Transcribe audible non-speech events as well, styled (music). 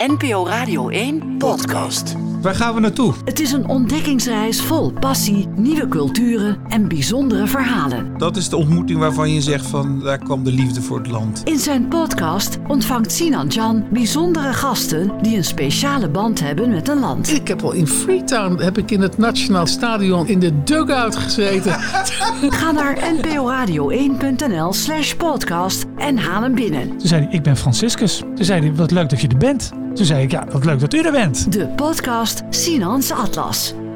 NPO Radio 1 podcast. Waar gaan we naartoe? Het is een ontdekkingsreis vol passie, nieuwe culturen en bijzondere verhalen. Dat is de ontmoeting waarvan je zegt van daar kwam de liefde voor het land. In zijn podcast ontvangt Sinan Jan bijzondere gasten die een speciale band hebben met een land. Ik heb al in Freetown, heb ik in het Nationaal Stadion in de dugout gezeten. (laughs) Ga naar nporadio1.nl slash podcast en haal hem binnen. Toen zei hij, ik ben Franciscus. Toen zei hij, wat leuk dat je er bent. Toen zei ik, ja, wat leuk dat u er bent. De podcast Sinans Atlas.